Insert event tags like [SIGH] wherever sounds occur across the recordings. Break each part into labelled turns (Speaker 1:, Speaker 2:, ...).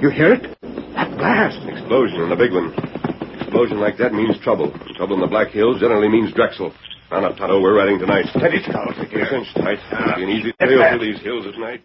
Speaker 1: You hear it? That blast.
Speaker 2: Explosion, and a big one. Explosion like that means trouble. And trouble in the Black Hills generally means Drexel. Now, now, Tonto, we're riding tonight.
Speaker 1: Steady, Scout.
Speaker 2: It's cinched tight. It'll be an easy
Speaker 1: Get
Speaker 2: trail
Speaker 1: back.
Speaker 2: through these hills at night.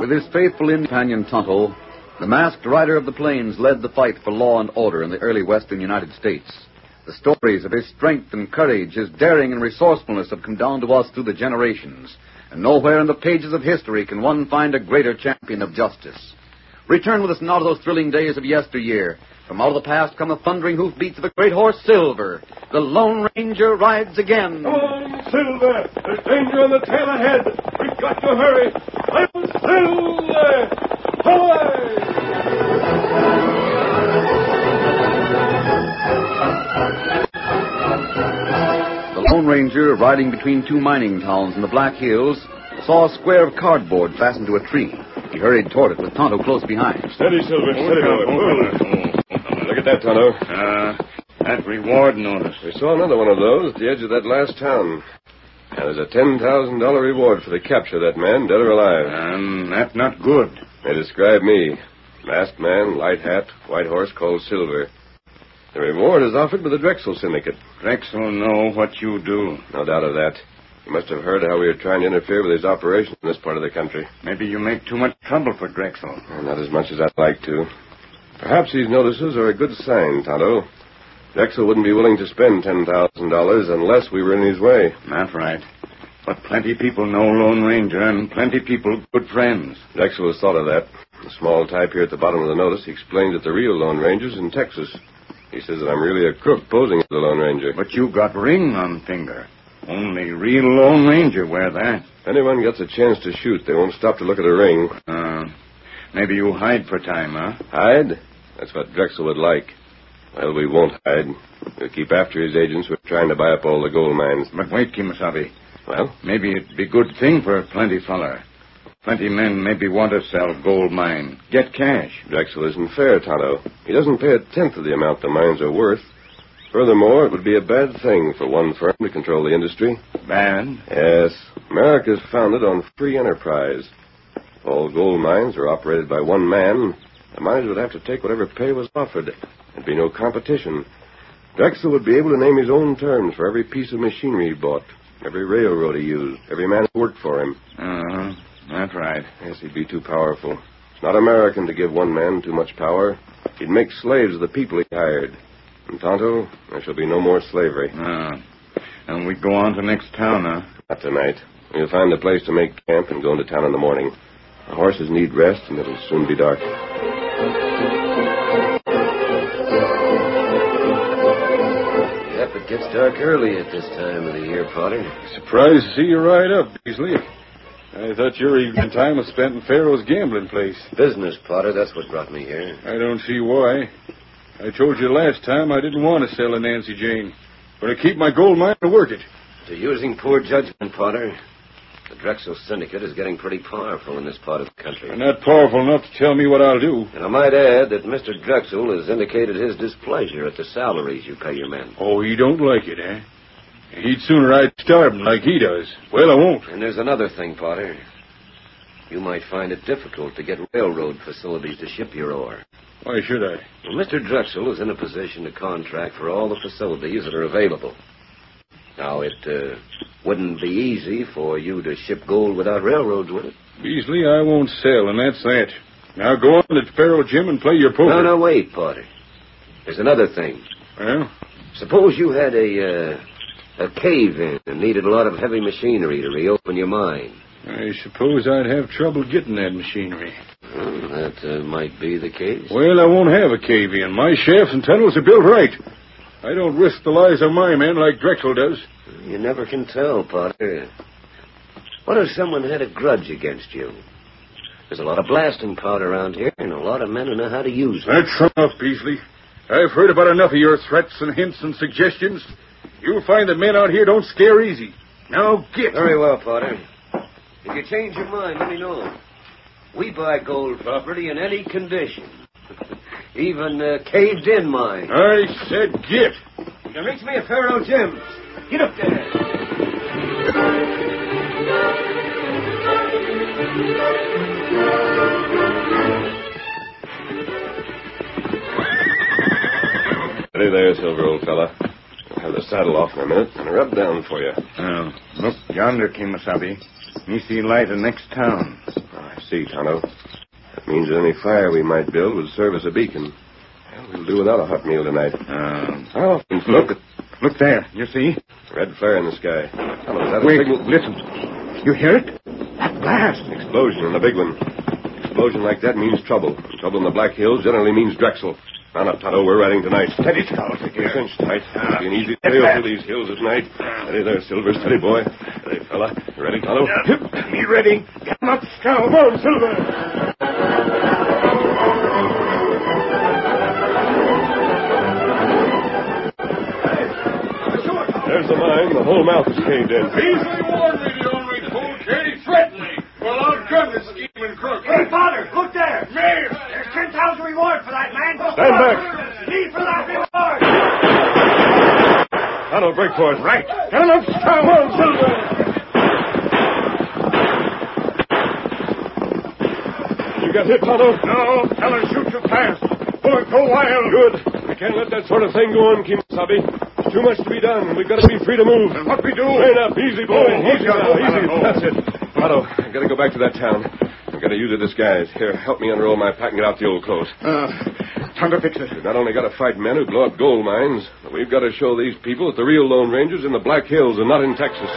Speaker 3: With his faithful companion Tonto, the masked rider of the plains led the fight for law and order in the early western United States. The stories of his strength and courage, his daring and resourcefulness have come down to us through the generations, and nowhere in the pages of history can one find a greater champion of justice. Return with us now to those thrilling days of yesteryear. From out of the past come the thundering hoofbeats of a great horse, Silver. The Lone Ranger rides again.
Speaker 2: Oh, Silver! There's danger on the tail ahead! We've got to hurry! I'm Silver!
Speaker 3: The Lone Ranger, riding between two mining towns in the Black Hills, saw a square of cardboard fastened to a tree. He hurried toward it with Tonto close behind.
Speaker 2: Steady, Silver. Steady, boy. Look at that, Tonto.
Speaker 4: Uh, that reward notice.
Speaker 2: We saw another one of those at the edge of that last town. Now, There's a $10,000 reward for the capture of that man, dead or alive.
Speaker 4: Um, that's not good.
Speaker 2: They describe me. Masked man, light hat, white horse called Silver. The reward is offered by the Drexel Syndicate.
Speaker 4: Drexel know what you do.
Speaker 2: No doubt of that. You must have heard how we were trying to interfere with his operations in this part of the country.
Speaker 4: Maybe you make too much trouble for Drexel.
Speaker 2: Well, Not as much as I'd like to. Perhaps these notices are a good sign, Tonto. Drexel wouldn't be willing to spend $10,000 unless we were in his way.
Speaker 4: Not right. But plenty people know Lone Ranger and plenty people good friends.
Speaker 2: Drexel has thought of that. The small type here at the bottom of the notice explained that the real Lone Ranger's in Texas. He says that I'm really a crook posing as the Lone Ranger.
Speaker 4: But you got ring on finger. Only real Lone Ranger wear that.
Speaker 2: If anyone gets a chance to shoot, they won't stop to look at a ring.
Speaker 4: Uh, maybe you hide for time, huh?
Speaker 2: Hide? That's what Drexel would like. Well, we won't hide. We'll keep after his agents who are trying to buy up all the gold mines.
Speaker 4: But wait, Kimasabi.
Speaker 2: Well,
Speaker 4: Maybe it'd be good thing for plenty feller. Plenty men maybe want to sell gold mine. Get cash.
Speaker 2: Drexel isn't fair, Tonto. He doesn't pay a tenth of the amount the mines are worth. Furthermore, it would be a bad thing for one firm to control the industry.
Speaker 4: Bad.
Speaker 2: Yes, America's founded on free enterprise. If all gold mines were operated by one man, the miners would have to take whatever pay was offered. There'd be no competition. Drexel would be able to name his own terms for every piece of machinery he bought, every railroad he used, every man who worked for him.
Speaker 4: Uh-huh. That's right.
Speaker 2: Yes, he'd be too powerful. It's not American to give one man too much power. He'd make slaves of the people he hired. And Tonto, there shall be no more slavery.
Speaker 4: Ah. And we go on to next town, huh?
Speaker 2: Not tonight. We'll find a place to make camp and go into town in the morning. The horses need rest, and it'll soon be dark.
Speaker 5: It gets dark early at this time of the year, Potter.
Speaker 4: Surprised to see you ride up, Beasley. I thought your evening time was spent in Pharaoh's gambling place.
Speaker 5: Business, Potter. That's what brought me here.
Speaker 4: I don't see why. I told you last time I didn't want to sell a Nancy Jane, but I keep my gold mine to work it.
Speaker 5: To using poor judgment, Potter. The Drexel Syndicate is getting pretty powerful in this part of the country.
Speaker 4: You're not powerful enough to tell me what I'll do.
Speaker 5: And I might add that Mr. Drexel has indicated his displeasure at the salaries you pay your men.
Speaker 4: Oh, you don't like it, eh? He'd sooner I'd starve him like he does. Well, I won't.
Speaker 5: And there's another thing, Potter. You might find it difficult to get railroad facilities to ship your ore.
Speaker 4: Why should I?
Speaker 5: Well, Mr. Drexel is in a position to contract for all the facilities that are available. Now, it uh, wouldn't be easy for you to ship gold without railroads, would it?
Speaker 4: Beasley, I won't sell, and that's that. Now go on to Pharaoh Jim and play your poker.
Speaker 5: No, no, wait, Potter. There's another thing.
Speaker 4: Well,
Speaker 5: Suppose you had a uh, a cave in and needed a lot of heavy machinery to reopen your mine.
Speaker 4: I suppose I'd have trouble getting that machinery.
Speaker 5: Hmm, that uh, might be the case.
Speaker 4: Well, I won't have a cave in. My shafts and tunnels are built right. I don't risk the lives of my men like Drexel does.
Speaker 5: You never can tell, Potter. What if someone had a grudge against you? There's a lot of blasting powder around here, and a lot of men who know how to use it.
Speaker 4: That's enough, Beasley. I've heard about enough of your threats and hints and suggestions. You'll find that men out here don't scare easy. Now get.
Speaker 5: Very well, Potter. If you change your mind, let me know. We buy gold property in any condition, [LAUGHS] even uh, caved-in mine.
Speaker 4: I said get.
Speaker 5: You reach me at Pharaoh Jim's. Get up there.
Speaker 2: Ready there, Silver, old fella. I'll have the saddle off in a minute and a rub down for you.
Speaker 4: Oh, look yonder, Kimasabi. Me see light in next town.
Speaker 2: Ah, I see, Tonto. That means that any fire we might build would serve as a beacon. Well, we'll do without a hot meal tonight.
Speaker 4: Um,
Speaker 2: Oh, look
Speaker 4: look,
Speaker 2: at
Speaker 4: look there. You see?
Speaker 2: the red flare in the sky. Tonto, is that a
Speaker 4: Wait,
Speaker 2: signal?
Speaker 4: listen. You hear it?
Speaker 1: That blast!
Speaker 2: Explosion, and a big one. Explosion like that means trouble. And trouble in the Black Hills generally means Drexel. Mount up, Tonto. We're riding tonight. Steady, Tonto. Take your cinch tight. It'll be an easy trail through these hills at night. Steady there, Silver. Steady, boy. Steady, fella. You ready, Tonto?
Speaker 4: Me ready. Come up, scout. Come on, Silver.
Speaker 2: There's the mine. The whole mouth is caved in.
Speaker 4: Beasley warned me the only fool can. He threatened me. Well, outgunned the scheming crook.
Speaker 1: Hey, Potter, look there! There's 10,000 reward for that man!
Speaker 2: Stand back.
Speaker 1: Leave for that reward!
Speaker 2: Tonto, break for it. Right.
Speaker 4: Come up, come on, Silver.
Speaker 2: You got hit, Tonto?
Speaker 4: No, fella, shoot you fast. Bullet go wild. Good.
Speaker 2: We can't let that sort of thing go on, Kimasabi. There's too much to be done. We've got to be free to move.
Speaker 4: What we do?
Speaker 2: Rain up, easy, boy.
Speaker 4: Oh,
Speaker 2: easy
Speaker 4: look
Speaker 2: now,
Speaker 4: out.
Speaker 2: easy.
Speaker 4: Oh.
Speaker 2: That's it. Otto, I've got to go back to that town. I've got to use a disguise. Here, help me unroll my pack and get out the old clothes.
Speaker 4: Uh, time to fix it.
Speaker 2: We've not only got to fight men who blow up gold mines, but we've got to show these people that the real Lone Ranger's in the Black Hills and not in Texas.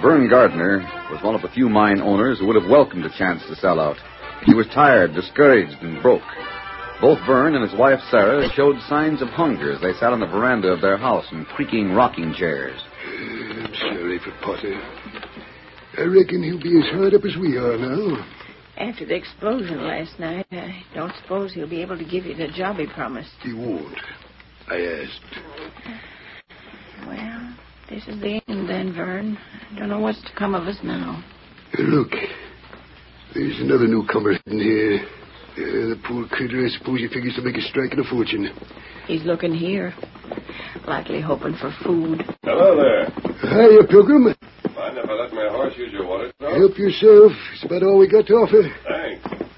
Speaker 3: Vern Gardner was one of the few mine owners who would have welcomed a chance to sell out. He was tired, discouraged, and broke. Both Vern and his wife Sarah showed signs of hunger as they sat on the veranda of their house in creaking rocking chairs.
Speaker 6: I'm sorry for Potter. I reckon he'll be as hard up as we are now.
Speaker 7: After the explosion last night, I don't suppose he'll be able to give you the job he promised.
Speaker 6: He won't. I asked.
Speaker 7: Well, this is the end then, Vern. I don't know what's to come of us now.
Speaker 6: Look, there's another newcomer in here. Uh, the poor critter, I suppose he figures to make a strike and a fortune.
Speaker 7: He's looking here, likely hoping for food.
Speaker 2: Hello there.
Speaker 6: Hiya, Pilgrim.
Speaker 2: Mind if I let my horse use your water, Tonto?
Speaker 6: Help yourself. It's about all we got to offer.
Speaker 2: Thanks.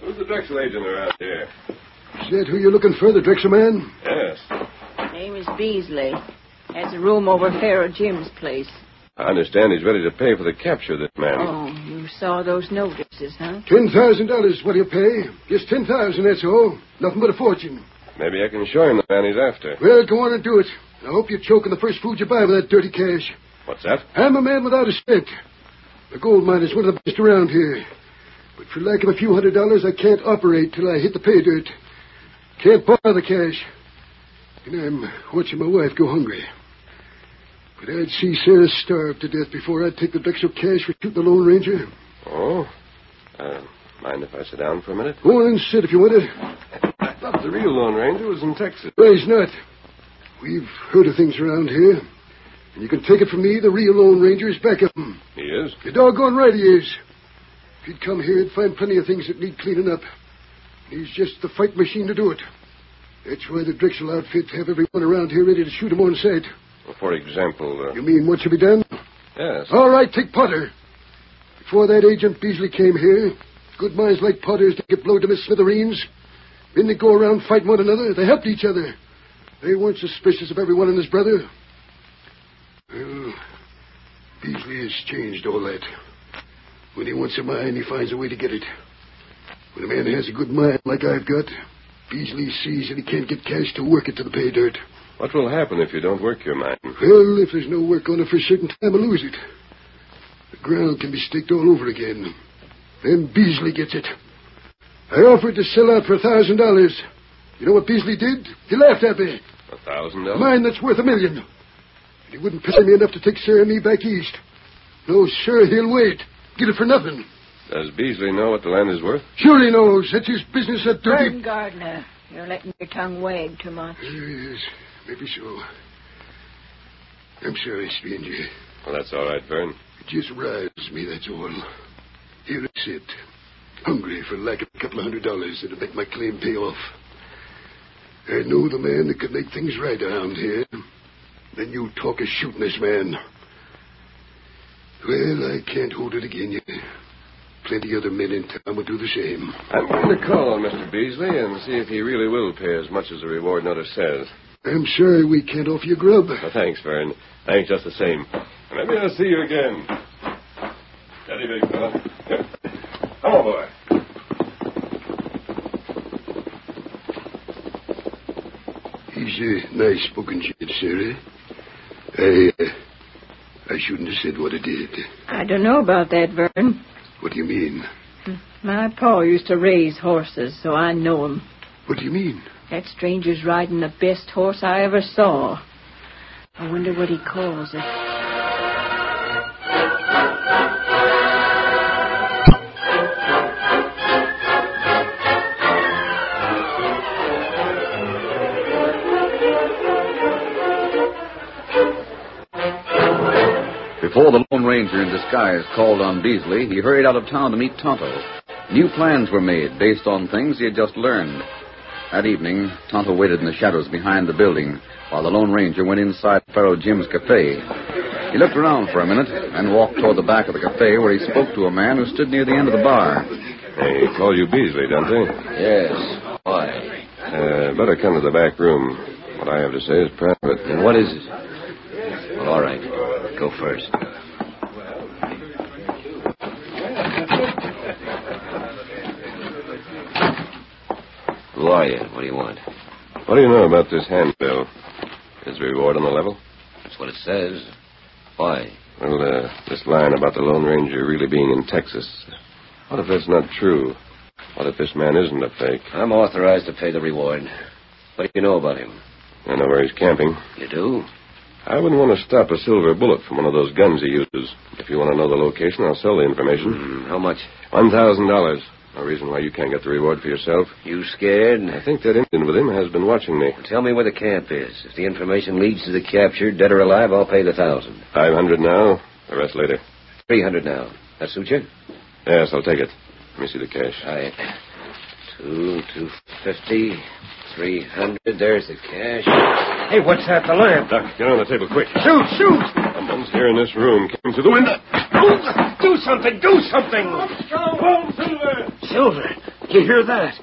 Speaker 2: Who's the Drexel agent around here?
Speaker 6: Is that who you're looking for, the Drexel man?
Speaker 2: Yes.
Speaker 7: Name is Beasley. Has a room over Pharaoh Jim's place.
Speaker 2: I understand he's ready to pay for the capture of this man.
Speaker 7: Oh, you saw those notices, huh?
Speaker 6: Ten thousand dollars is what he'll pay. Just ten thousand, that's all. Nothing but a fortune.
Speaker 2: Maybe I can show him the man he's after.
Speaker 6: Well, go on and do it. I hope you're choking the first food you buy with that dirty cash.
Speaker 2: What's that?
Speaker 6: I'm a man without a cent. The gold mine is one of the best around here. But for lack of a few hundred dollars, I can't operate till I hit the pay dirt. Can't borrow the cash. And I'm watching my wife go hungry. But I'd see Sarah starve to death before I'd take the Drexel cash for shooting the Lone Ranger.
Speaker 2: Oh? Uh, mind if I sit down for a minute?
Speaker 6: Go on and sit if you want to.
Speaker 2: I thought the real Lone Ranger was in Texas.
Speaker 6: Well, he's not. We've heard of things around here. And you can take it from me, the real Lone Ranger is back of 'em.
Speaker 2: He is?
Speaker 6: You're doggone right he is. If he'd come here, he'd find plenty of things that need cleaning up. He's just the fight machine to do it. That's why the Drexel outfit have everyone around here ready to shoot him on sight.
Speaker 2: Well, for example, uh,
Speaker 6: You mean what should be done?
Speaker 2: yes.
Speaker 6: All right, take Potter. Before that agent Beasley came here, good minds like Potter's to get blowed to Miss Smithereens. Then they go around fighting one another. They helped each other. They weren't suspicious of everyone and his brother. Well, Beasley has changed all that. When he wants a mind, he finds a way to get it. When a man has a good mind like I've got, Beasley sees that he can't get cash to work it to the pay dirt.
Speaker 2: What will happen if you don't work your mind?
Speaker 6: Well, if there's no work on it for a certain time, I lose it. The ground can be staked all over again. Then Beasley gets it. I offered to sell out for a thousand dollars. You know what Beasley did? He laughed at me.
Speaker 2: A thousand
Speaker 6: A
Speaker 2: dollars?
Speaker 6: mine that's worth a million. And he wouldn't pay me enough to take Sarah and me back east. No, sir, he'll wait. Get it for nothing.
Speaker 2: Does Beasley know what the land is worth?
Speaker 6: Sure he knows. That's his business, that dirty...
Speaker 7: Burn Gardner, you're letting your tongue wag too much.
Speaker 6: Yes, maybe so. I'm sorry, stranger.
Speaker 2: Well, that's all right, Vern.
Speaker 6: It just rides me, that's all. Here I sit, hungry for lack of a couple of hundred dollars that'll make my claim pay off. I know the man that could make things right around here. Then you talk of shooting this man. Well, I can't hold it again yet. Plenty other men in town would do the same.
Speaker 2: I'm going to call on Mr. Beasley and see if he really will pay as much as the reward notice says.
Speaker 6: I'm sorry we can't offer you grub.
Speaker 2: Well, Uh, thanks, Vern. Thanks just the same. Maybe I'll see you again. Steady, big fella. Come on, boy.
Speaker 6: He's a nice spoken gent, Sarah. I, uh, I shouldn't have said what I did.
Speaker 7: I don't know about that, Vern.
Speaker 6: What do you mean?
Speaker 7: My pa used to raise horses, so I know 'em.
Speaker 6: What do you mean?
Speaker 7: That stranger's riding the best horse I ever saw. I wonder what he calls it.
Speaker 3: Before the Lone Ranger in disguise called on Beasley, he hurried out of town to meet Tonto. New plans were made based on things he had just learned. That evening, Tonto waited in the shadows behind the building while the Lone Ranger went inside Pharaoh Jim's cafe. He looked around for a minute, then walked toward the back of the cafe where he spoke to a man who stood near the end of the bar.
Speaker 2: They call you Beasley, don't they?
Speaker 5: Yes. Why?
Speaker 2: Uh, better come to the back room. What I have to say is private.
Speaker 5: And what is it? Well, all right. Go first. Who are you? What do you want?
Speaker 2: What do you know about this handbill? Is the reward on the level?
Speaker 5: That's what it says. Why?
Speaker 2: Well, uh, this line about the Lone Ranger really being in Texas. What if that's not true? What if this man isn't a fake?
Speaker 5: I'm authorized to pay the reward. What do you know about him?
Speaker 2: I know where he's camping.
Speaker 5: You do?
Speaker 2: I wouldn't want to stop a silver bullet from one of those guns he uses. If you want to know the location, I'll sell the information.
Speaker 5: Hmm, how much?
Speaker 2: One thousand dollars. No reason why you can't get the reward for yourself.
Speaker 5: You scared?
Speaker 2: I think that Indian with him has been watching me.
Speaker 5: Tell me where the camp is. If the information leads to the capture, dead or alive, I'll pay the thousand.
Speaker 2: Five hundred now. The rest later.
Speaker 5: Three hundred now. That suit you?
Speaker 2: Yes, I'll take it. Let me see the cash.
Speaker 5: All right. Two, two fifty, three hundred. There's the cash.
Speaker 1: Hey, what's that? The lamp.
Speaker 2: Doc, get on the table quick.
Speaker 1: Shoot, shoot!
Speaker 2: Someone's here in this room. Came through the window.
Speaker 1: Do something, do something! Silver, you hear that?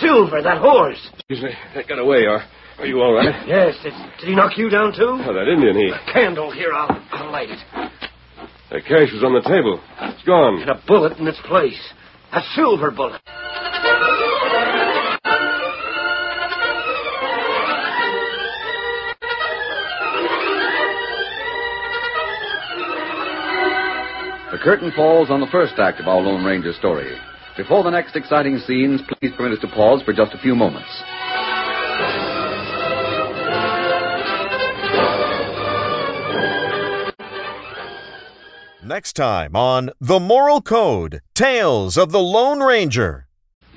Speaker 1: Silver, that horse.
Speaker 2: Excuse me. That got away. Are, are you all right?
Speaker 1: Yes, did, did he knock you down too?
Speaker 2: Oh, that Indian, he.
Speaker 1: Candle here, I'll, I'll light it.
Speaker 2: The cash was on the table. It's gone.
Speaker 1: And a bullet in its place. A silver bullet.
Speaker 3: The curtain falls on the first act of our Lone Ranger story. Before the next exciting scenes, please permit us to pause for just a few moments.
Speaker 8: Next time on The Moral Code Tales of the Lone Ranger.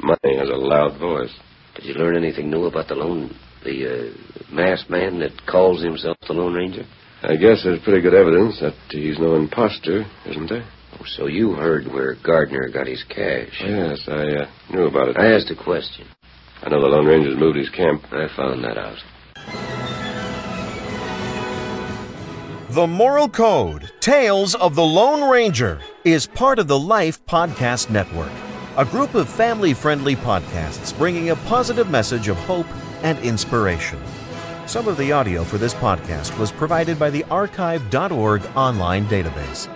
Speaker 2: Money has a loud voice.
Speaker 5: Did you learn anything new about the lone, the uh, masked man that calls himself the Lone Ranger?
Speaker 2: I guess there's pretty good evidence that he's no imposter, isn't there?
Speaker 5: Oh, so you heard where Gardner got his cash.
Speaker 2: Yes, I uh, knew about it.
Speaker 5: I asked a question.
Speaker 2: I know the Lone Ranger's moved his camp.
Speaker 5: I found that out.
Speaker 8: The Moral Code Tales of the Lone Ranger is part of the Life Podcast Network, a group of family friendly podcasts bringing a positive message of hope and inspiration. Some of the audio for this podcast was provided by the archive.org online database.